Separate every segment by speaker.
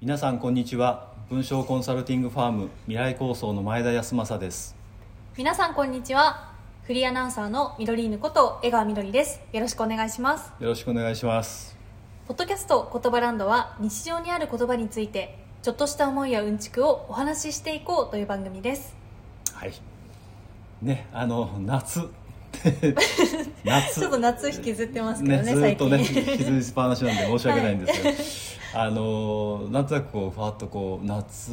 Speaker 1: 皆さんこんにちは文章コンサルティングファーム未来構想の前田康政です
Speaker 2: 皆さんこんにちはフリーアナウンサーのミドリーヌこと江川みどりですよろしくお願いします
Speaker 1: よろしくお願いします
Speaker 2: ポッドキャスト言葉ランドは日常にある言葉についてちょっとした思いやうんちくをお話ししていこうという番組です
Speaker 1: はいねあの 夏夏
Speaker 2: ちょっと夏引きずってますけど
Speaker 1: ね
Speaker 2: ね
Speaker 1: ずーっ
Speaker 2: 最
Speaker 1: と
Speaker 2: 近
Speaker 1: ね 引きずりっぱなしなんで申し訳ないん ですけど、あのなんとなくこうふわっとこう夏っ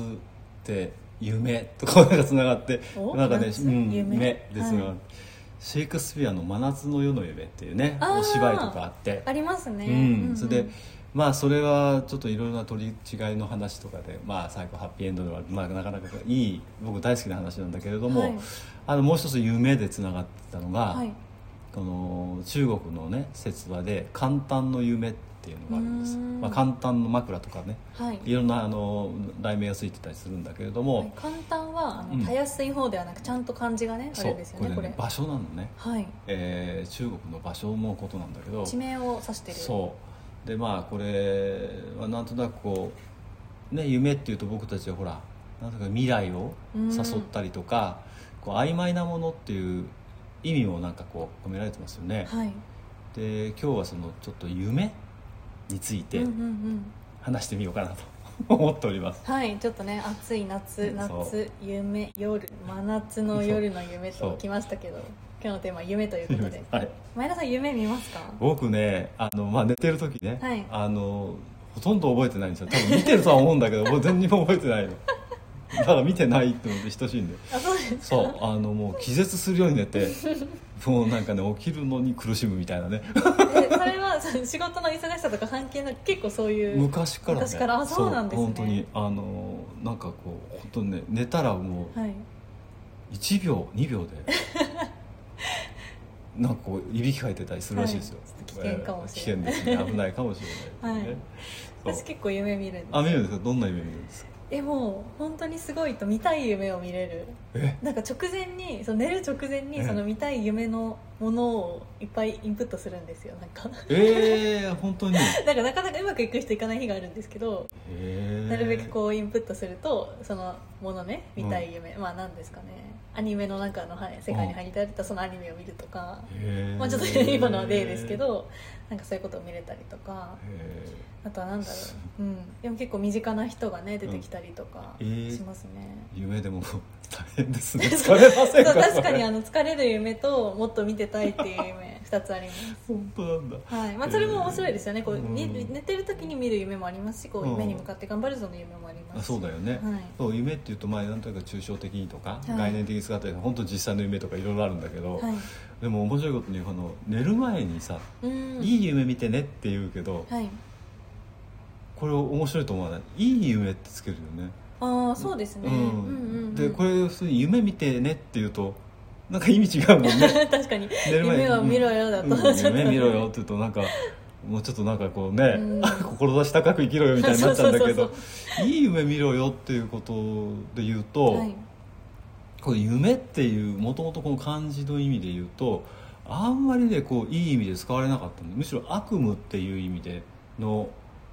Speaker 1: て夢とかなんかつながって
Speaker 2: お
Speaker 1: なんかね、
Speaker 2: 夏
Speaker 1: うん、
Speaker 2: 夢
Speaker 1: 夢ですが、
Speaker 2: はい
Speaker 1: シェイクスピアの「真夏の夜の夢」っていうね
Speaker 2: あー
Speaker 1: お芝居とかあって
Speaker 2: ありますね、
Speaker 1: うんそれ
Speaker 2: う
Speaker 1: でまあそれはちょっといろいろな取り違いの話とかで、まあ、最後ハッピーエンドでは、まあ、なかなかいい僕大好きな話なんだけれども、
Speaker 2: はい
Speaker 1: あのもう一つ夢でつながってたのが、
Speaker 2: はい
Speaker 1: この中国のね説話で「簡単の夢」っていうのがあるんです、
Speaker 2: うん
Speaker 1: まあ、簡単の枕とかね
Speaker 2: はい、
Speaker 1: いろんなあの題名がついてたりするんだけれども、
Speaker 2: はい簡単はあの、
Speaker 1: うん
Speaker 2: たやすい方ではなくちゃんと漢字がねあ
Speaker 1: そ
Speaker 2: れ
Speaker 1: う
Speaker 2: ですよ
Speaker 1: これ
Speaker 2: ね
Speaker 1: ね
Speaker 2: これ
Speaker 1: 場所なのね、
Speaker 2: はい
Speaker 1: えー中国の場所のことなんだけど
Speaker 2: 地名を指してる
Speaker 1: そうでまあこれはなんとなくこう、ね、夢っていうと僕たちはほらなんとか未来を誘ったりとか、こう曖昧なものっていう意味もなんかこう込められてますよね、
Speaker 2: はい
Speaker 1: で今日はそのちょっと夢につい
Speaker 2: うん
Speaker 1: て
Speaker 2: うんうん
Speaker 1: 話してみようかなと 思っております
Speaker 2: はいちょっとね暑い夏
Speaker 1: そう
Speaker 2: 夏夢夜真夏の夜の夢
Speaker 1: そう
Speaker 2: と来ましたけど今日のテーマは夢という ことで
Speaker 1: はい
Speaker 2: 前田さん夢見ますか
Speaker 1: 僕ねあの、まあ、寝てる時ね、
Speaker 2: はい
Speaker 1: あのほとんど覚えてないんですよ多分見てるとは思うんだけどもう全然覚えてないの だから見てないって思って等しいんで
Speaker 2: あそう です
Speaker 1: そうあのもう気絶するように寝てもうなんかね起きるのに苦しむみたいなね
Speaker 2: えそれはその仕事の忙しさとか関係なく結構そういう
Speaker 1: 昔からね
Speaker 2: 昔からあそうなんですね
Speaker 1: 本当にあのなんかこう本当にね寝たらもう
Speaker 2: はい
Speaker 1: 1秒2秒でなんかこういびきかいてたりするらしいですよ、
Speaker 2: はいちょっと危険かもしれ
Speaker 1: ない、危険ですね危ないかもしれない、
Speaker 2: はい
Speaker 1: そう
Speaker 2: 私結構夢見るんです
Speaker 1: あ見るんですかどんな夢見るんですか
Speaker 2: えもう本当にすごいと見たい夢を見れる
Speaker 1: え
Speaker 2: なんか直前にその寝る直前
Speaker 1: ええ
Speaker 2: にその見たい夢のものをいっぱいインプットするんですよなんか
Speaker 1: えー、本当に、
Speaker 2: なんかなかなかうまくいく人いかない日があるんですけど
Speaker 1: えー
Speaker 2: なるべくこうインプットするとそのものね見たい夢、まあ何ですかねアニメの中のはい世界に入りたいったそのアニメを見るとか、
Speaker 1: えー
Speaker 2: まあちょっと今のは例ですけどなんかそういうことを見れたりとか
Speaker 1: えー
Speaker 2: あとはなんだろう、うん、でも結構身近な人がね出てきたりとか
Speaker 1: うんえー
Speaker 2: しますね、
Speaker 1: 夢でも 大変です ね疲れませんか
Speaker 2: そう確かに
Speaker 1: そ
Speaker 2: あ
Speaker 1: れ
Speaker 2: の疲れる夢ともっと見てたいっていう夢2つあります
Speaker 1: 本当なんだ
Speaker 2: はいまあ、それも面白いですよねこう、
Speaker 1: うん
Speaker 2: に寝てる時に見る夢もありますしこう
Speaker 1: うん
Speaker 2: 夢に向かって頑張るぞの夢もありま
Speaker 1: あ
Speaker 2: すし
Speaker 1: そうだよね、
Speaker 2: はい
Speaker 1: そう夢っていうとまあなんとなく抽象的にとか、
Speaker 2: はい
Speaker 1: 概念的に使ったり本当実際の夢とかいろいろあるんだけど、
Speaker 2: はい
Speaker 1: でも面白いことにこの寝る前にさ、
Speaker 2: うん
Speaker 1: いい夢見てねって言うけど、
Speaker 2: はい
Speaker 1: これ面白いと思わないいい夢ってつけるよね、
Speaker 2: ああそうですね、うんうんうん、
Speaker 1: でこれ普通に夢見てねって言うとなんか意味違うもんね
Speaker 2: 確かに
Speaker 1: 寝る前に
Speaker 2: 夢を見ろよだと、
Speaker 1: うん夢見ろ よって言うとなんかもうちょっとなんかこうね、
Speaker 2: うん
Speaker 1: 志高く生きろよみたいになっちゃうんだけ
Speaker 2: そう
Speaker 1: どいい夢見ろよっていうことで言うと、
Speaker 2: はい、
Speaker 1: これ夢っていうもともとこの漢字の意味で言うとあんまりねこういい意味で使われなかったのむしろ悪夢っていう意味での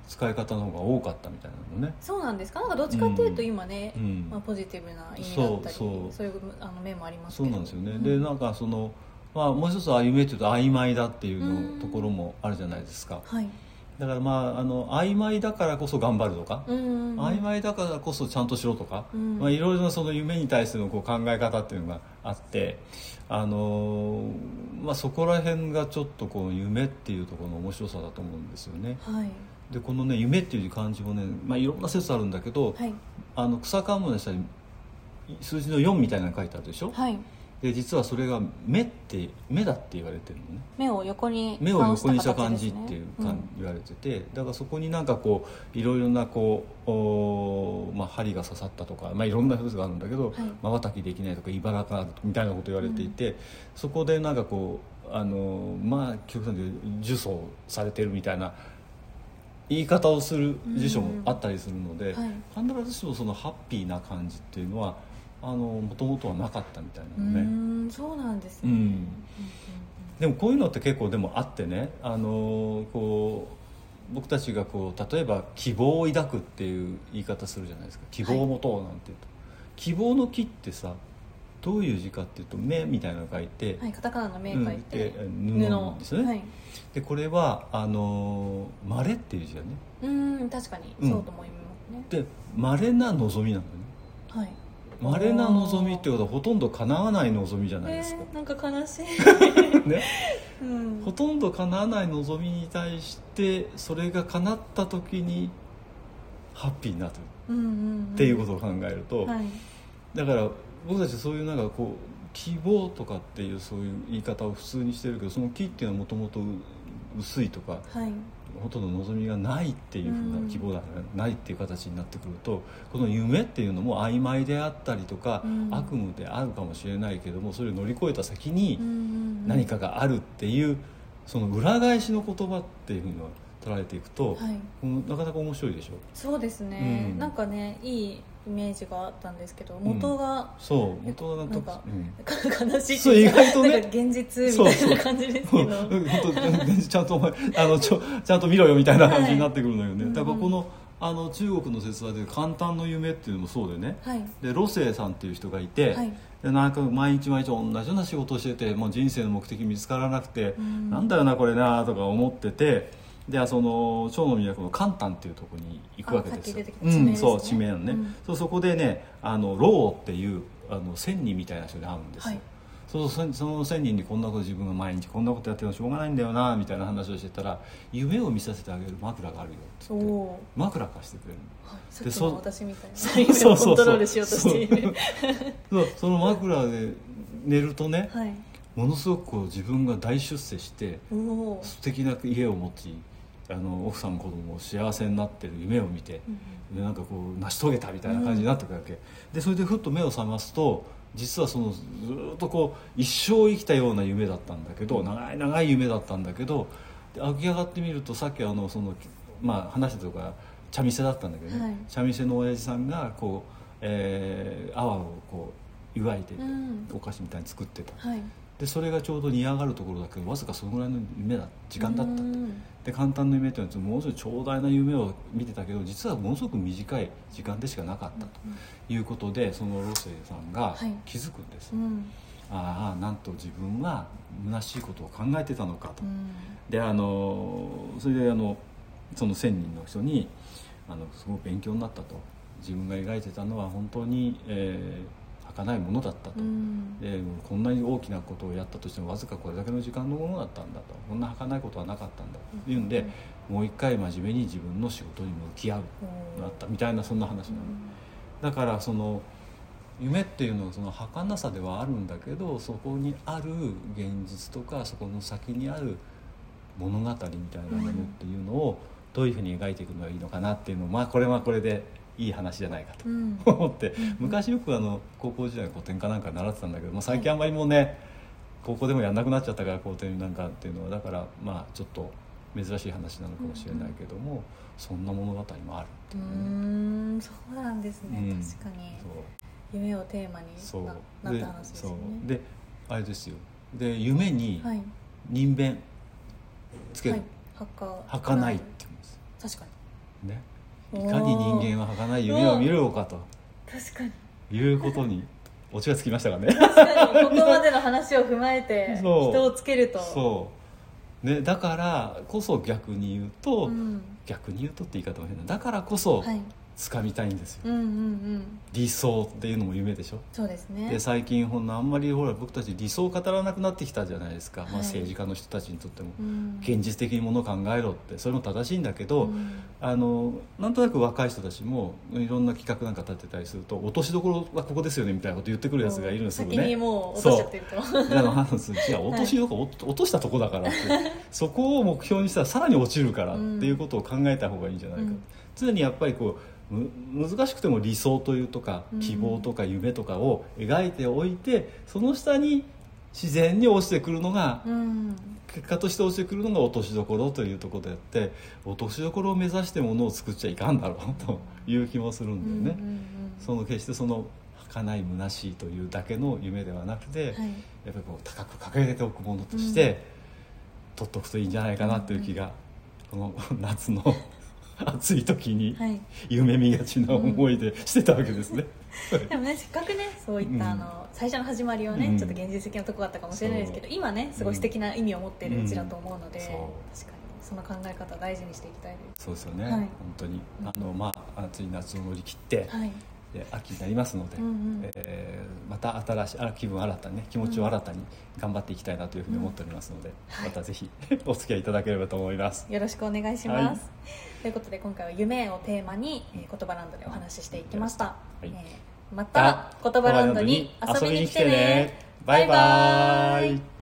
Speaker 1: 使い方の方が多かったみたいなのね。
Speaker 2: そうなんですかなんかどっちかっていうと今ね、
Speaker 1: うん
Speaker 2: まあ、ポジティブな意味だったり
Speaker 1: そ
Speaker 2: そうう
Speaker 1: そう
Speaker 2: いうあの面もあります
Speaker 1: そ
Speaker 2: けど
Speaker 1: うなんですよね、でなんかその、まあ、もう一つは夢っていうと曖昧だっていう
Speaker 2: うん
Speaker 1: のところもあるじゃないですか、
Speaker 2: はい、
Speaker 1: だからまああの曖昧だからこそ頑張るとか、
Speaker 2: うんうんうん
Speaker 1: 曖昧だからこそちゃんとしろとか、
Speaker 2: うん
Speaker 1: まあ、いろいろなその夢に対してのこう考え方っていうのがあって、あのーまあ、そこら辺がちょっとこの夢っていうところの面白さだと思うんですよね
Speaker 2: はい
Speaker 1: でこのね夢っていう漢字もね、まあ、いろんな説あるんだけど、
Speaker 2: はい
Speaker 1: あの草冠の下に数字の4みたいなの書いてあるでしょ、
Speaker 2: はい
Speaker 1: で実はそれが目って目だって言われてるのね
Speaker 2: 目を横に
Speaker 1: 目を横にした
Speaker 2: 倒
Speaker 1: 感
Speaker 2: 形
Speaker 1: じっ
Speaker 2: ですね
Speaker 1: ていうかん、言われててだからそこになんかこういろいろなこうおー、まあ、針が刺さったとか、まあ、いろんなやつがあるんだけど
Speaker 2: い
Speaker 1: まばたきできないとか茨があるみたいなこと言われていて、そこでなんかこうあのーまあ極端で呪詛されてるみたいな言い方をする辞書もあったりするので、
Speaker 2: うんはい
Speaker 1: 必ずしもそのハッピーな感じっていうのはもともとはなかったみたいなの
Speaker 2: う
Speaker 1: ね。
Speaker 2: んそうなんです
Speaker 1: うん
Speaker 2: ね、うん
Speaker 1: でもこういうのって結構でもあってね、あのーこう僕たちがこう例えば希望を抱くっていう言い方するじゃないですか希望を持とうなんて言うと、希望の木ってさどういう字かっていうと目みたいなのが書いて、
Speaker 2: はい、カタカナの目書いて、
Speaker 1: うんで布ですよね
Speaker 2: はい、
Speaker 1: でこれはあのー稀っていう字だね
Speaker 2: うーん確かに
Speaker 1: うん
Speaker 2: そうと思いますね、
Speaker 1: で稀な望みなのね
Speaker 2: はい
Speaker 1: 稀な望みってことはほとんど叶わない望みじゃないですか、
Speaker 2: えー、なんか悲 しい、
Speaker 1: ね、
Speaker 2: うん
Speaker 1: ほ、とんど叶わない望みに対してそれが叶った時にハッピーになる
Speaker 2: うんうん
Speaker 1: っ
Speaker 2: ん
Speaker 1: ていうことを考えると、
Speaker 2: はい
Speaker 1: だから僕たちそういうなんかこう希望とかっていうそういう言い方を普通にしてるけどその木っていうのはもともと薄いとか
Speaker 2: はい
Speaker 1: ほとんど望みがないっていうふう
Speaker 2: う
Speaker 1: なん希望だからないっていう形になってくるとこの夢っていうのも曖昧であったりとか、
Speaker 2: うん
Speaker 1: 悪夢であるかもしれないけどもそれを乗り越えた先に
Speaker 2: うんうんうん
Speaker 1: 何かがあるっていうその裏返しの言葉っていうのを捉えていくと、
Speaker 2: はい
Speaker 1: うんなかなか面白いでしょ
Speaker 2: そうですね、
Speaker 1: うん
Speaker 2: なんかねいいイメージがあったんですけど元が、
Speaker 1: そう元はなん
Speaker 2: な
Speaker 1: と
Speaker 2: んか
Speaker 1: うん
Speaker 2: か悲しい
Speaker 1: そう意外とね
Speaker 2: なんか現実みたい
Speaker 1: そう
Speaker 2: な
Speaker 1: そう
Speaker 2: 感じです
Speaker 1: う
Speaker 2: け
Speaker 1: ん
Speaker 2: ど
Speaker 1: うん本当ちゃんとお前あのちょちゃんと見ろよみたいな話になってくるのよね、
Speaker 2: はい
Speaker 1: だからこのあの中国の説話で「簡単の夢」っていうのもそうだよね
Speaker 2: はい
Speaker 1: でロセイさんっていう人がいて、
Speaker 2: はい
Speaker 1: でなんか毎日毎日同じような仕事をしててもう人生の目的見つからなくて、
Speaker 2: うん
Speaker 1: なんだよなこれなとか思っててでその蝶の都の簡単っていうところに行くわけです
Speaker 2: あさ
Speaker 1: よ
Speaker 2: っき出てきた
Speaker 1: う
Speaker 2: 地名
Speaker 1: ん
Speaker 2: ですね
Speaker 1: そう地名のね、
Speaker 2: うん
Speaker 1: そうそこでねあのローっていうあの仙人みたいな人に会うんですよ、
Speaker 2: はい
Speaker 1: そうそうその仙人にこんなこと自分が毎日こんなことやってるのしょうがないんだよなみたいな話をしてたら夢を見させてあげる枕があるよって
Speaker 2: お
Speaker 1: 言って
Speaker 2: お
Speaker 1: 枕貸してくれるの
Speaker 2: ー、はい、さ
Speaker 1: で
Speaker 2: っきの
Speaker 1: そう
Speaker 2: 私みたいな
Speaker 1: そうそうそう
Speaker 2: コントロールしようとしている
Speaker 1: そうその枕で寝るとね
Speaker 2: はい
Speaker 1: ものすごくこう自分が大出世して
Speaker 2: おおー、
Speaker 1: 素敵な家を持ちあの奥さん子供も幸せになってる夢を見て
Speaker 2: うんうん
Speaker 1: でなんかこう成し遂げたみたいな感じになってくるわけ、でそれでふっと目を覚ますと実はそのずーっとこう一生生きたような夢だったんだけど長い長い夢だったんだけどで起き上がってみるとさっきあのその、まあ、話したとか茶店だったんだけどね、
Speaker 2: はい
Speaker 1: 茶店の親父さんがこう、えー、泡をこう湯がいてて、
Speaker 2: うん
Speaker 1: お菓子みたいに作ってた
Speaker 2: はい
Speaker 1: でそれがちょうど煮上がるところだけどわずかそのぐらいの夢だ時間だった
Speaker 2: うん
Speaker 1: で簡単な夢というのはものすごい長大な夢を見てたけど実はものすごく短い時間でしかなかったということでそのロセイさんが
Speaker 2: はい
Speaker 1: 気づくんです、
Speaker 2: うん
Speaker 1: ああなんと自分は虚しいことを考えてたのかと、
Speaker 2: うん
Speaker 1: であのそれであのその仙人の人にあのすごく勉強になったと自分が描いてたのは本当に、えー儚いものだったと、
Speaker 2: うん
Speaker 1: でこんなに大きなことをやったとしてもわずかこれだけの時間のものだったんだとこんな儚いことはなかったんだというんで、もう一回真面目に自分の仕事に向き合う
Speaker 2: おー
Speaker 1: なったみたいなそんな話なの、だからその夢っていうのはその儚さではあるんだけどそこにある現実とかそこの先にある物語みたいなものっていうのをどういうふうに描いていくのがいいのかなっていうのをまあこれはこれでいい話じゃないかと
Speaker 2: うんうん
Speaker 1: 思って
Speaker 2: うん
Speaker 1: 昔よくあの高校時代の古典かなんか習ってたんだけど、まあ、最近あんまりもうね、高校でもやんなくなっちゃったから古典なんかっていうのはだからまあちょっと珍しい話なのかもしれないけども、そんな物語もあるって
Speaker 2: う
Speaker 1: いうね、
Speaker 2: ーんそうなんですね、
Speaker 1: うん
Speaker 2: 確かに
Speaker 1: そう
Speaker 2: 夢をテーマに
Speaker 1: そう
Speaker 2: ななった話ですよね
Speaker 1: でそうであれですよで夢に
Speaker 2: はい
Speaker 1: 人弁つける、
Speaker 2: はい儚
Speaker 1: 儚ないって言うんです
Speaker 2: 確か
Speaker 1: ねい
Speaker 2: に
Speaker 1: かに人間
Speaker 2: は
Speaker 1: は儚い夢を見るのかと
Speaker 2: 確かに
Speaker 1: いうこと にオチがつきましたかね
Speaker 2: 確かにここまでの話を踏まえて
Speaker 1: そう
Speaker 2: 人をつけると
Speaker 1: そう、ね、だからこそ逆に言うと、
Speaker 2: ん、
Speaker 1: 逆に言うとって言い方も変だだからこそ
Speaker 2: はい
Speaker 1: 掴みたいんですよ、
Speaker 2: うんうんうん
Speaker 1: 理想っていうのも夢でしょ
Speaker 2: そうですね
Speaker 1: で最近ほんのあんまりほら僕たち理想を語らなくなってきたじゃないですか、まあ、
Speaker 2: はい
Speaker 1: 政治家の人たちにとっても、
Speaker 2: うん
Speaker 1: 現実的にものを考えろってそれも正しいんだけど、
Speaker 2: うん
Speaker 1: あのなんとなく若い人たちもいろんな企画なんか立てたりすると落としどころはここですよねみたいなこと言ってくるやつがいるんですよね
Speaker 2: 先にもう落としちゃってると
Speaker 1: いやあの話する違う落としどころ、落と落としたとこだ からってそこを目標にしたらさらに落ちるからっていうことを考えた方がいいんじゃないか、
Speaker 2: うん
Speaker 1: 常にやっぱりこうむ難しくても理想というとか
Speaker 2: うん
Speaker 1: 希望とか夢とかを描いておいてその下に自然に落ちてくるのが
Speaker 2: うん
Speaker 1: 結果として落ちてくるのが落としどころというところであって落としどころを目指してものを作っちゃいかんだろうという気もするんだよね、
Speaker 2: うんうんうん
Speaker 1: その決してその儚い虚しいというだけの夢ではなくて、
Speaker 2: はい
Speaker 1: やっぱりこう高く掲げておくものとして、取っとくといいんじゃないかなという気がこの夏の 暑い時に
Speaker 2: はい
Speaker 1: 夢見がちな思いでしてたわけですね、
Speaker 2: でもねせっかくねそういった、
Speaker 1: うん
Speaker 2: あの最初の始まりはね、
Speaker 1: うん
Speaker 2: ちょっと現実的なとこだったかもしれないですけど
Speaker 1: そう
Speaker 2: 今ねすごい素敵な意味を持ってる
Speaker 1: うん
Speaker 2: うちだと思うので、
Speaker 1: そう
Speaker 2: 確かにその考え方大事にしていきたいで
Speaker 1: そうですよね、
Speaker 2: はい
Speaker 1: 本当にあのまあ暑い夏を乗り切って、
Speaker 2: すはい
Speaker 1: で秋になりますので、
Speaker 2: うんうん
Speaker 1: えーまた新しいあ気分を新たにね気持ちを新たに頑張っていきたいなというふうに思っておりますので、
Speaker 2: はい
Speaker 1: またぜひお付き合いいただければと思います。
Speaker 2: よろしくお願いします、ということで今回は夢をテーマに、えー言葉ランドでお話ししていきました、
Speaker 1: い
Speaker 2: えーまた言葉ランドに遊びに来てね
Speaker 1: バイバーイ